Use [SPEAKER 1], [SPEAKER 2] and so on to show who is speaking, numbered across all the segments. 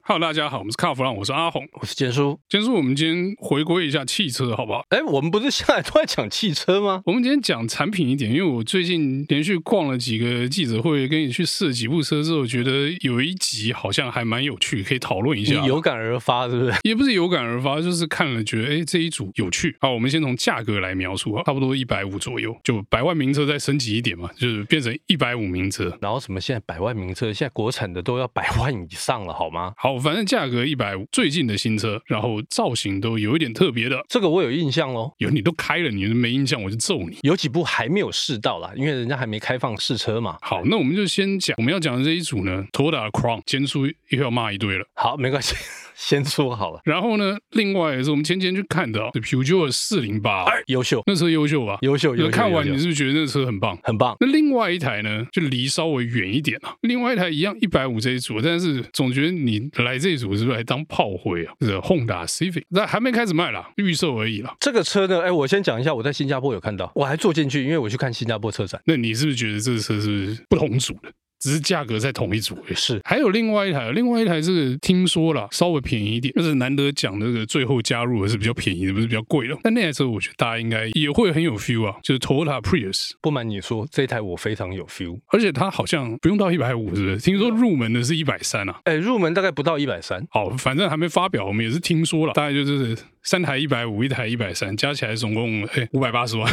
[SPEAKER 1] Hello，大家好，我们是卡弗朗，我是阿红。
[SPEAKER 2] 我是简叔。
[SPEAKER 1] 今天是我们今天回归一下汽车，好不好？
[SPEAKER 2] 哎，我们不是下来都在讲汽车吗？
[SPEAKER 1] 我们今天讲产品一点，因为我最近连续逛了几个记者会，跟你去试了几部车之后，觉得有一集好像还蛮有趣，可以讨论一
[SPEAKER 2] 你
[SPEAKER 1] 下。
[SPEAKER 2] 嗯有感而发，是不是？
[SPEAKER 1] 也不是有感而发，就是看了觉得，哎，这一组有趣。好，我们先从价格来描述，差不多一百五左右，就百万名车再升级一点嘛，就是变成一百五名车。
[SPEAKER 2] 然后什么现在百万名车，现在国产的都要百万以上了，好吗？
[SPEAKER 1] 好，反正价格一百五，最近的新车，然后造型都有一点特别的。
[SPEAKER 2] 这个我有印象哦，
[SPEAKER 1] 有你都开了，你没印象我就揍你。
[SPEAKER 2] 有几部还没有试到啦，因为人家还没开放试车嘛。
[SPEAKER 1] 好，那我们就先讲我们要讲的这一组呢，Toyota Crown，坚叔又要骂一堆了。
[SPEAKER 2] 好，没关系，先说好了。
[SPEAKER 1] 然后呢，另外也是我们前天去看的、哦、Peugeot 四零八，
[SPEAKER 2] 优秀，
[SPEAKER 1] 那车优秀吧？
[SPEAKER 2] 优秀，优
[SPEAKER 1] 那
[SPEAKER 2] 秀，
[SPEAKER 1] 看完
[SPEAKER 2] 优
[SPEAKER 1] 你
[SPEAKER 2] 秀
[SPEAKER 1] 是不是觉得那车很棒？
[SPEAKER 2] 很棒。
[SPEAKER 1] 那另外一台呢，就离稍微远一点啊。另外一台一样一百五这一组，但是总觉得你来这一组是不是来当炮灰啊？是 Honda Civic，那还没开始卖啦，预售而已啦。
[SPEAKER 2] 这个车呢，哎，我先讲一下，我在新加坡有看到，我还坐进去，因为我去看新加坡车展。
[SPEAKER 1] 那你是不是觉得这车是不是不同组的？只是价格在同一组而已。
[SPEAKER 2] 是，
[SPEAKER 1] 还有另外一台，另外一台这个听说啦，稍微便宜一点，就是难得讲这个最后加入的是比较便宜的，不是比较贵的。但那台车我觉得大家应该也会很有 feel 啊，就是 Toyota Prius，
[SPEAKER 2] 不瞒你说，这一台我非常有 feel。
[SPEAKER 1] 而且它好像不用到一百五，是不是？听说入门的是一百三啊。
[SPEAKER 2] 哎，入门大概不到一百三，
[SPEAKER 1] 好，反正还没发表，我们也是听说了，大概就是三台一百五，一台一百三，加起来总共哎五百八十万。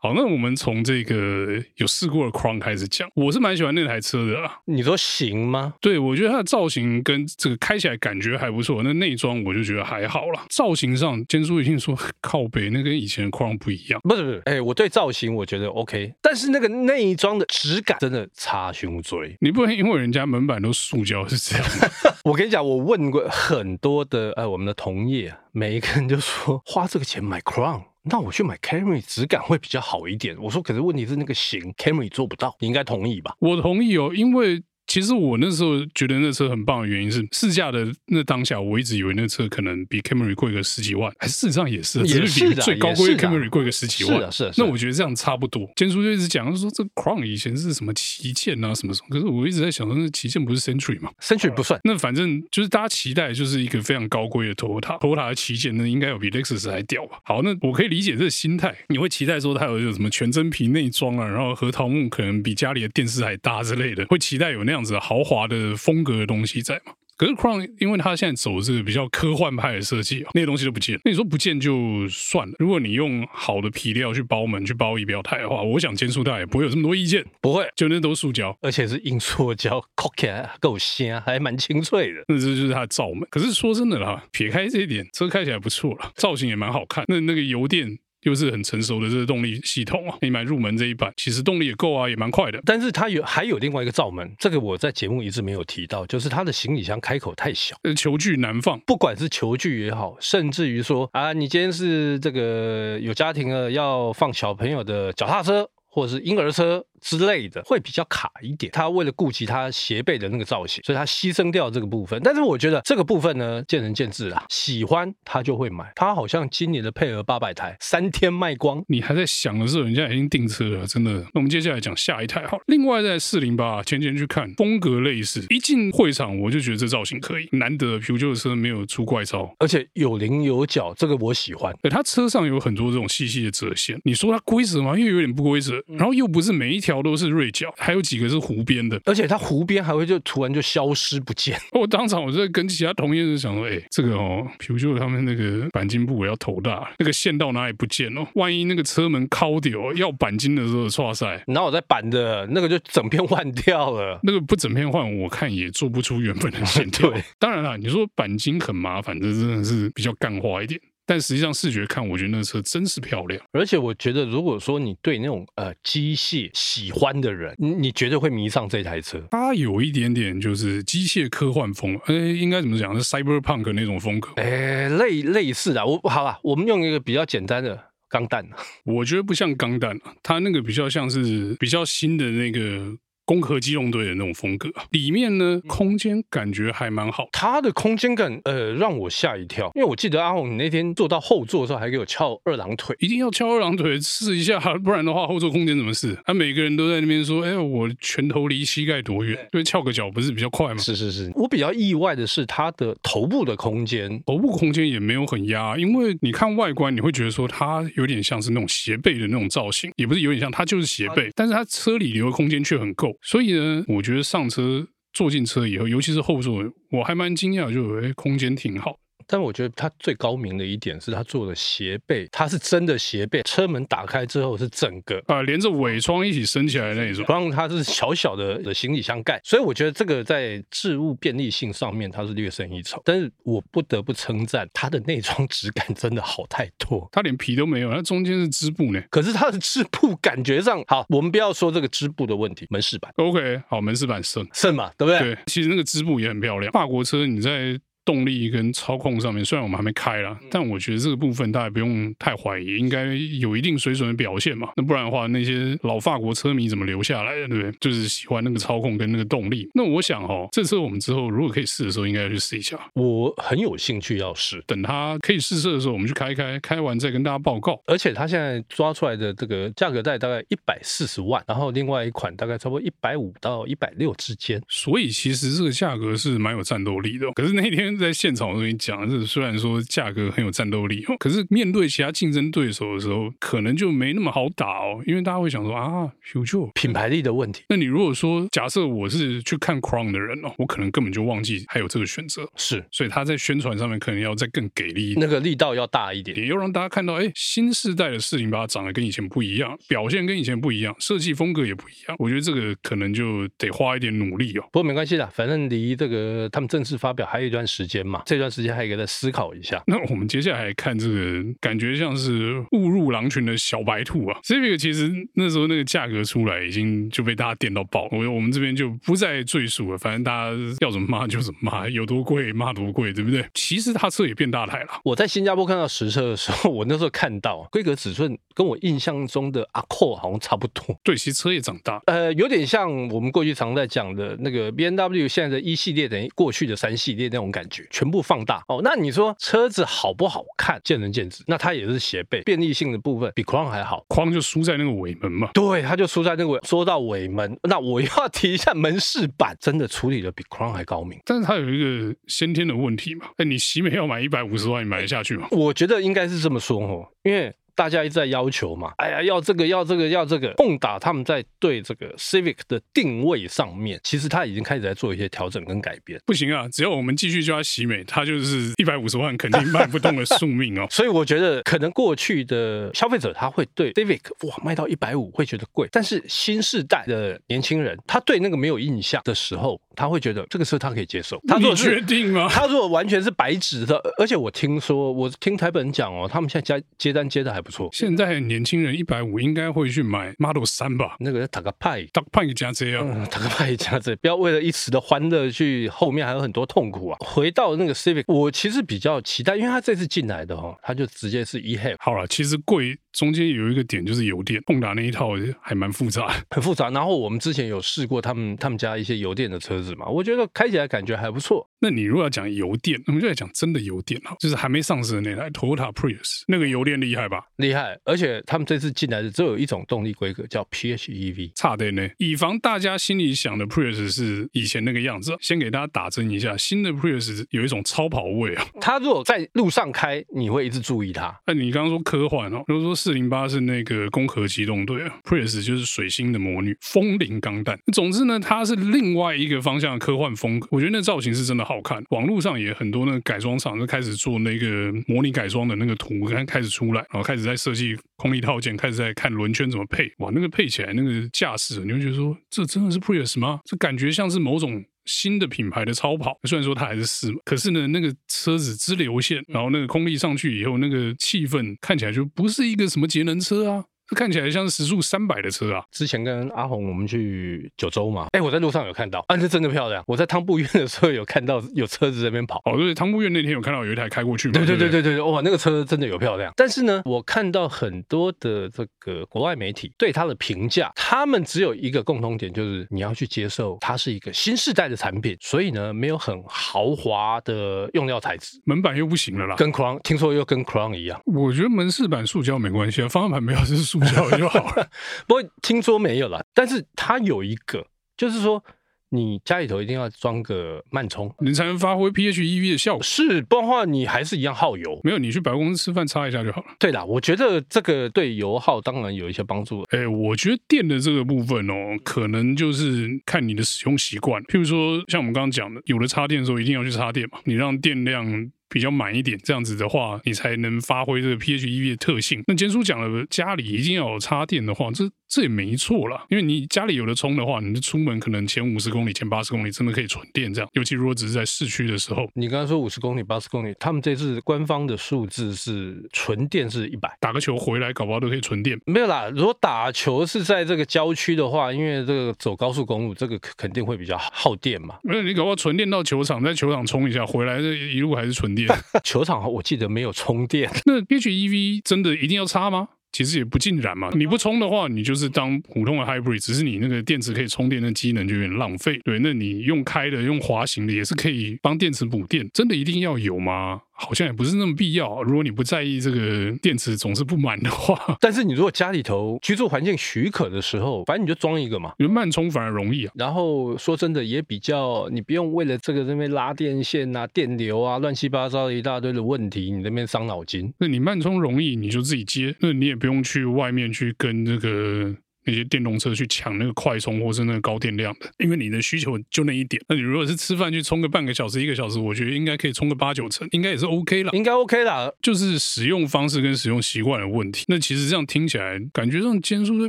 [SPEAKER 1] 好，那我们从这个有试过的 Crown 开始讲，我是蛮喜欢那台车的啊。
[SPEAKER 2] 你说行吗？
[SPEAKER 1] 对，我觉得它的造型跟这个开起来感觉还不错，那内装我就觉得还好啦。造型上，坚叔已经说 靠北，那跟以前的 Crown 不一样。
[SPEAKER 2] 不是不是，哎、我对造型我觉得 OK，但是那个内装的质感真的差胸椎。
[SPEAKER 1] 你不能因为人家门板都塑胶是这样吗，
[SPEAKER 2] 我跟你讲，我问过很多的呃我们的同业啊，每一个人就说花这个钱买 Crown。那我去买 Camry 质感会比较好一点。我说，可是问题是那个型 Camry 做不到，你应该同意吧？
[SPEAKER 1] 我同意哦，因为其实我那时候觉得那车很棒的原因是，试驾的那当下，我一直以为那车可能比 Camry 贵个十几万，哎，事实上也是，
[SPEAKER 2] 也
[SPEAKER 1] 只是比
[SPEAKER 2] 是的
[SPEAKER 1] 最高规
[SPEAKER 2] 也
[SPEAKER 1] 的
[SPEAKER 2] 是的
[SPEAKER 1] Camry 贵个十几
[SPEAKER 2] 是
[SPEAKER 1] 万。
[SPEAKER 2] 啊，是啊，是
[SPEAKER 1] 那
[SPEAKER 2] 啊
[SPEAKER 1] 我觉得这样差不多。坚叔就一直讲，他说这 Crown 以前是什么旗舰啊，什么什么。可是我一直在想，说那旗舰不是 Century 嘛？
[SPEAKER 2] Century 不算，
[SPEAKER 1] 那反正就是大家期待，就是一个非常高规的 Toyota，Toyota 的旗舰呢，应该有比 Lexus 还屌吧？好，那我可以理解这个心态，你会期待说它有有什么全真皮内装啊，然后核桃木可能比家里的电视还大之类的，会期待有那样子豪华的风格的东西在嘛？可是 Crown 因为它现在走这个比较科幻派的设计啊，那些东西都不见。那你说不见就算了，如果你用好的皮料去包门、去包仪表台的话，我想坚叔大也不会有这么多意见，
[SPEAKER 2] 不会，
[SPEAKER 1] 就那都塑胶。
[SPEAKER 2] 而且是硬塑胶 c o c k 够香，还蛮清脆的。
[SPEAKER 1] 那这就是它的罩门。可是说真的啦，撇开这一点，车开起来不错了，造型也蛮好看。那那个油电又是很成熟的这个动力系统啊，你买入门这一版，其实动力也够啊，也蛮快的。
[SPEAKER 2] 但是它有还有另外一个罩门，这个我在节目一直没有提到，就是它的行李箱开口太小。
[SPEAKER 1] 呃，球具难放，
[SPEAKER 2] 不管是球具也好，甚至于说啊，你今天是这个有家庭了，要放小朋友的脚踏车或者是婴儿车之类的，会比较卡一点。他为了顾及他斜背的那个造型，所以他牺牲掉这个部分。但是我觉得这个部分呢，见仁见智啦，喜欢他就会买。他好像今年的配额八百台，三天卖光。
[SPEAKER 1] 你还在想的时候，人家已经订车了，真的。那我们接下来讲下一台好了，另外在四零八啊前前去看，风格类似，一进会场我就觉得这造型可以，难得 p u g 的车没有出怪招。
[SPEAKER 2] 而且有棱有角，这个我喜欢。
[SPEAKER 1] 对，它车上有很多这种细细的折线。你说它规则吗？又有点不规则，然后又不是每一条都是锐角，还有几个是弧边的。
[SPEAKER 2] 而且它湖边还会就突然就消失不见，
[SPEAKER 1] 我当场我就在跟其他同业就想说，哎、这个哦，比如说他们那个钣金部我要头大，那个线到哪里不见哦？万一那个车门敲掉，要钣金的时候，哇塞！
[SPEAKER 2] 然后我在板的那个就整片 换掉了。。
[SPEAKER 1] 那个不整片换，我看也做不出原本的线条
[SPEAKER 2] 对
[SPEAKER 1] 当然啦，你说钣金很麻烦，这真的是比较干花一点。但实际上视觉看，我觉得那车真是漂亮。
[SPEAKER 2] 而且我觉得，如果说你对那种呃机械喜欢的人，你你绝对会迷上这台车。
[SPEAKER 1] 它有一点点就是机械科幻风，哎，应该怎么讲？是 cyberpunk 那种风格。
[SPEAKER 2] 诶，类类似的，我好吧，我们用一个比较简单的钢弹，
[SPEAKER 1] 我觉得不像钢弹啊，它那个比较像是比较新的那个攻壳机动队的那种风格啊。里面呢，空间感觉还蛮好的。
[SPEAKER 2] 它的空间感，呃，让我吓一跳，因为我记得阿红你那天坐到后座的时候还给我翘二郎腿，
[SPEAKER 1] 一定要翘二郎腿试一下，不然的话后座空间怎么试？啊，每个人都在那边说，哎、我拳头离膝盖多远？对，翘个脚不是比较快吗？
[SPEAKER 2] 是是是，我比较意外的是它的头部的空间，
[SPEAKER 1] 头部空间也没有很压，因为你看外观，你会觉得说它有点像是那种斜背的那种造型，也不是有点像，它就是斜背，但是它车里留的空间却很够，所以呢，我觉得上车坐进车以后，尤其是后座，我还蛮惊讶，就哎、空间挺好。
[SPEAKER 2] 但我觉得它最高明的一点是它做的斜背，它是真的斜背，车门打开之后是整个。
[SPEAKER 1] 啊、连着尾窗一起升起来的那种，
[SPEAKER 2] 不让它是小小的的行李箱盖，所以我觉得这个在置物便利性上面它是略胜一筹，但是我不得不称赞它的内装质感真的好太多。
[SPEAKER 1] 它连皮都没有，它中间是织布呢。
[SPEAKER 2] 可是它的织布感觉上，好，我们不要说这个织布的问题，门市版
[SPEAKER 1] OK，好，门市版胜。
[SPEAKER 2] 胜嘛，对不 对？
[SPEAKER 1] 对，其实那个织布也很漂亮。法国车你在动力跟操控上面，虽然我们还没开啦，但我觉得这个部分大家不用太怀疑，应该有一定水准的表现嘛。那不然的话，那些老法国车迷怎么留下来的，对不对？就是喜欢那个操控跟那个动力。那我想哦，这车我们之后如果可以试的时候，应该要去试一下。
[SPEAKER 2] 我很有兴趣要试，
[SPEAKER 1] 等它可以试车的时候，我们去开一开，开完再跟大家报告。
[SPEAKER 2] 而且它现在抓出来的这个价格带大概一百四十万，然后另外一款大概差不多一百五到一百六之间。
[SPEAKER 1] 所以其实这个价格是蛮有战斗力的哦、可是那天在现场我跟你讲，是虽然说价格很有战斗力哦，可是面对其他竞争对手的时候，可能就没那么好打哦，因为大家会想说啊，Hugo。
[SPEAKER 2] 品牌力的问题
[SPEAKER 1] 那你如果说假设我是去看 Crown 的人哦，我可能根本就忘记还有这个选择，
[SPEAKER 2] 是
[SPEAKER 1] 所以他在宣传上面可能要再更给力一点。
[SPEAKER 2] 那个力道要大一点，
[SPEAKER 1] 也要让大家看到，哎，新世代的四零八长得跟以前不一样，表现跟以前不一样，设计风格也不一样。我觉得这个可能就得花一点努力哦。
[SPEAKER 2] 不过没关系啦，反正离这个他们正式发表还有一段时间嘛，这段时间还可以再思考一下。
[SPEAKER 1] 那我们接下来看这个，感觉像是误入狼群的小白兔啊。Civic 其实那时候那个价格出来，已经就被大家电到爆。我我们这边就不再赘述了，反正大家要怎么骂就怎么骂，有多贵骂多贵，对不对？其实它车也变大台了。
[SPEAKER 2] 我在新加坡看到实车的时候，我那时候看到规格尺寸跟我印象中的阿扣好像差不多，
[SPEAKER 1] 对，其实车也长大，
[SPEAKER 2] 呃，有点像我们过去常在讲的那个 B N W 现在的一系列等于过去的三系列那种感觉，全部放大哦。那你说车子好不好看，见仁见智。那它也是斜背便利性的部分比 Crown 还好。
[SPEAKER 1] 框就输在那个尾门嘛。
[SPEAKER 2] 对，它就输在那个说到尾门，那我又要提一下门饰版，真的处理的比 Crown 还高明。
[SPEAKER 1] 但是它有一个先天的问题嘛，哎，你喜美要买一百五十万，你买得下去吗？
[SPEAKER 2] 我觉得应该是这么说哦，因为大家一直在要求嘛，哎呀，要这个，要这个，要这个。蹦打他们在对这个 Civic 的定位上面，其实他已经开始在做一些调整跟改变。。
[SPEAKER 1] 不行啊，只要我们继续叫它喜美，它就是一百五十万肯定卖不动的宿命哦
[SPEAKER 2] 所以我觉得，可能过去的消费者他会对 Civic 哇卖到一百五会觉得贵，但是新世代的年轻人，他对那个没有印象的时候，他会觉得这个车他可以接受。他如
[SPEAKER 1] 你
[SPEAKER 2] 果是
[SPEAKER 1] 确定吗？
[SPEAKER 2] 他如果完全是白纸的，而且我听说，我听台本人讲哦，他们现在接接单接的还不错。
[SPEAKER 1] 现在年轻人一百五应该会去买 Model 三吧？
[SPEAKER 2] 那个塔克派，
[SPEAKER 1] 大胖一加这样，
[SPEAKER 2] 嗯，塔克派这样子，不要为了一时的欢乐去后面还有很多痛苦啊。回到那个 Civic，我其实比较期待，因为他这次进来的哦，他就直接是 E h a
[SPEAKER 1] 好了，其实贵中间有一个点就是油电，碰打那一套还蛮复杂的。
[SPEAKER 2] 很复杂。然后我们之前有试过他们他们家一些油电的车子嘛，我觉得开起来感觉还不错。
[SPEAKER 1] 那你如果要讲油电，我们就来讲真的油电啊，就是还没上市的那台 Toyota Prius，那个油电厉害吧？
[SPEAKER 2] 厉害，而且他们这次进来的只有一种动力规格，叫 E PHEV。
[SPEAKER 1] 差点呢。以防大家心里想的 Prius 是以前那个样子，先给大家打针一下。新的 Prius 有一种超跑味啊。
[SPEAKER 2] 他如果在路上开，你会一直注意他。
[SPEAKER 1] 哎那、你刚刚说科幻哦，比如说四零八是那个攻壳机动队啊，Prius 就是水星的魔女，风铃钢弹。总之呢，它是另外一个方向的科幻风格。我觉得那造型是真的好看，网络上也很多那个改装厂就开始做那个模拟改装的那个图，刚开始出来，然后开始在设计空力套件，开始在看轮圈怎么配。哇，那个配起来那个架势，你会觉得说这真的是 Prius 吗？这感觉像是某种。新的品牌的超跑，虽然说它还是四门，可是呢，那个车子支
[SPEAKER 2] 嗯
[SPEAKER 1] 流线，然后那个空力上去以后，那个气氛看起来就不是一个什么节能车啊，这看起来像是时速三百的车啊，
[SPEAKER 2] 之前跟阿红我们去九州嘛，哎、我在路上有看到，啊，这真的漂亮。我在汤布院的时候有看到有车子在那边跑，
[SPEAKER 1] 哦，对，汤姆院那天有看到有一台开过去嘛，
[SPEAKER 2] 对对
[SPEAKER 1] 对
[SPEAKER 2] 对
[SPEAKER 1] 不
[SPEAKER 2] 对对，对哇，那个车真的有漂亮。但是呢，我看到很多的这个国外媒体对它的评价，他们只有一个共同点，就是你要去接受它是一个新世代的产品，所以呢，没有很豪华的用料材质，
[SPEAKER 1] 门板又不行了啦。
[SPEAKER 2] 跟 Crown 听说又跟 Crown 一样，
[SPEAKER 1] 我觉得门饰板塑胶没关系啊，方向盘不要是塑胶就好 了。
[SPEAKER 2] 不过听说没有了。但是它有一个，就是说你家里头一定要装个慢充，
[SPEAKER 1] 你才能发挥 PHEV 的效果。
[SPEAKER 2] 是，不然的话你还是一样耗油。
[SPEAKER 1] 没有，你去百货公司吃饭擦一下就好了。
[SPEAKER 2] 对啦，我觉得这个对油耗当然有一些帮助，
[SPEAKER 1] 哎，我觉得电的这个部分哦，可能就是看你的使用习惯。譬如说，像我们刚刚讲的，有的插电的时候一定要去插电嘛，你让电量。比较满一点，这样子的话，你才能发挥这个 PHEV 的特性。那简叔讲了，家里一定要有插电的话，这这也没错啦，因为你家里有的充的话，你就出门可能前五十公里、前八十公里真的可以纯电这样。尤其如果只是在市区的时候，
[SPEAKER 2] 你刚才说五十公里、八十公里，他们这次官方的数字是纯电是一百，
[SPEAKER 1] 打个球回来，搞不好都可以纯电。。
[SPEAKER 2] 没有啦。如果打球是在这个郊区的话，因为这个走高速公路，这个肯肯定会比较耗电嘛
[SPEAKER 1] 没有，你搞不好纯电到球场，在球场充一下，回来这一路还是纯电。
[SPEAKER 2] 那球场我记得没有充电，
[SPEAKER 1] 那 PHEV 真的一定要插吗？其实也不尽然嘛，你不充的话，你就是当普通的 hybrid，只是你那个电池可以充电的机能就有点浪费。对，那你用开的、用滑行的也是可以帮电池补电，真的一定要有吗？好像也不是那么必要。如果你不在意这个电池总是不满的话，
[SPEAKER 2] 但是你如果家里头居住环境许可的时候，反正你就装一个嘛。
[SPEAKER 1] 因为慢充反而容易啊。
[SPEAKER 2] 然后说真的，也比较你不用为了这个这边拉电线啊、电流啊、乱七八糟的一大堆的问题，你那边伤脑筋。
[SPEAKER 1] 那你慢充容易，你就自己接，那你也不用去外面去跟这个那些电动车去抢那个快充或是那个高电量的，因为你的需求就那一点。那你如果是吃饭去充个半个小时、一个小时，我觉得应该可以充个八九成，应该也是 OK 啦。
[SPEAKER 2] 应该 OK 啦，
[SPEAKER 1] 就是使用方式跟使用习惯的问题。那其实这样听起来，感觉上坚叔对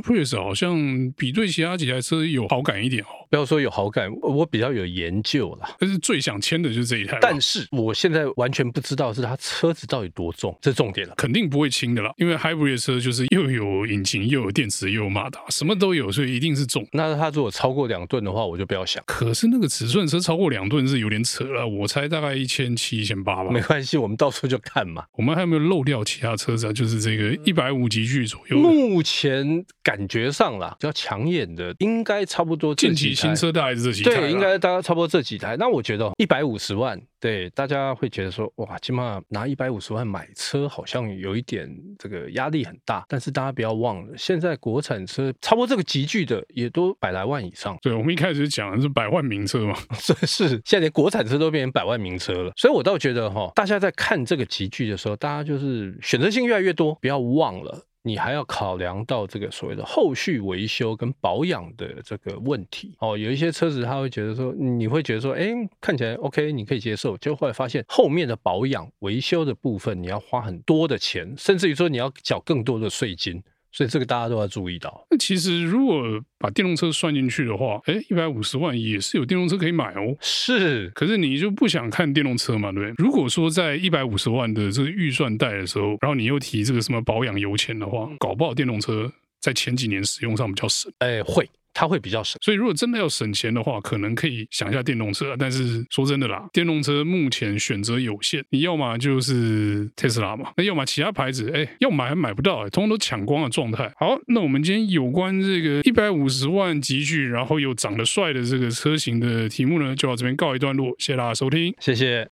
[SPEAKER 1] Prius 好像比对其他几台车有好感一点哦。
[SPEAKER 2] 不要说有好感，我我比较有研究啦。
[SPEAKER 1] 但是最想签的就是这一台吧，
[SPEAKER 2] 但是我现在完全不知道是他车子到底多重，这是重点了。
[SPEAKER 1] 肯定不会轻的啦，因为 Hybrid 的车就是又有引擎，又有电池，又有马达，什么都有，所以一定是重。
[SPEAKER 2] 那他如果超过两吨的话，我就不要想。
[SPEAKER 1] 可是那个尺寸车超过两吨是有点扯了，我猜大概一千七、一千八吧
[SPEAKER 2] 没。关系，我们到时候就看嘛。
[SPEAKER 1] 我们还有没有漏掉其他车子啊？就是这
[SPEAKER 2] 嗯
[SPEAKER 1] 个一百五级距左右的
[SPEAKER 2] 目前感觉上啦，比较抢眼的应该差不多这
[SPEAKER 1] 近
[SPEAKER 2] 几
[SPEAKER 1] 期
[SPEAKER 2] 台
[SPEAKER 1] 新车大概是这几台啦，
[SPEAKER 2] 对，应该大家差不多这几台。那我觉得一百五十万，对大家会觉得说，哇，起码拿一百五十万买车好像有一点这个压力很大。但是大家不要忘了，现在国产车差不多这个级距的也都百来万以上。
[SPEAKER 1] 对。我们一开始讲的是百万名车嘛，
[SPEAKER 2] 这是现在连国产车都变成百万名车了，所以我倒觉得哈，大家在看这个集聚的时候，大家就是选择性越来越多，不要忘了。你还要考量到这个所谓的后续维修跟保养的这个问题哦，有一些车子他会觉得说，你会觉得说，哎，看起来 OK，你可以接受，结果后来发现后面的保养维修的部分你要花很多的钱，甚至于说你要缴更多的税金，所以这个大家都要注意到。
[SPEAKER 1] 那其实如果把电动车算进去的话，哎，一百五十万也是有电动车可以买哦。
[SPEAKER 2] 是，
[SPEAKER 1] 可是你就不想看电动车嘛，对不对？如果说在一百五十万的这个预算带的时候，然后你又提这个什么保养油钱的话，搞不好电动车在前几年使用上比较省。
[SPEAKER 2] 哎，会，它会比较省。
[SPEAKER 1] 所以如果真的要省钱的话，可能可以想一下电动车。啊但是说真的啦，电动车目前选择有限，你要么就是特斯拉嘛，那要么其他牌子，哎，要买还买不到、哎，通通都抢光的状态。好，那我们今天有关这个一百五十万集聚，然后又长得帅的这个车型的题目呢，就到这边告一段落，谢谢大家收听。
[SPEAKER 2] 谢谢。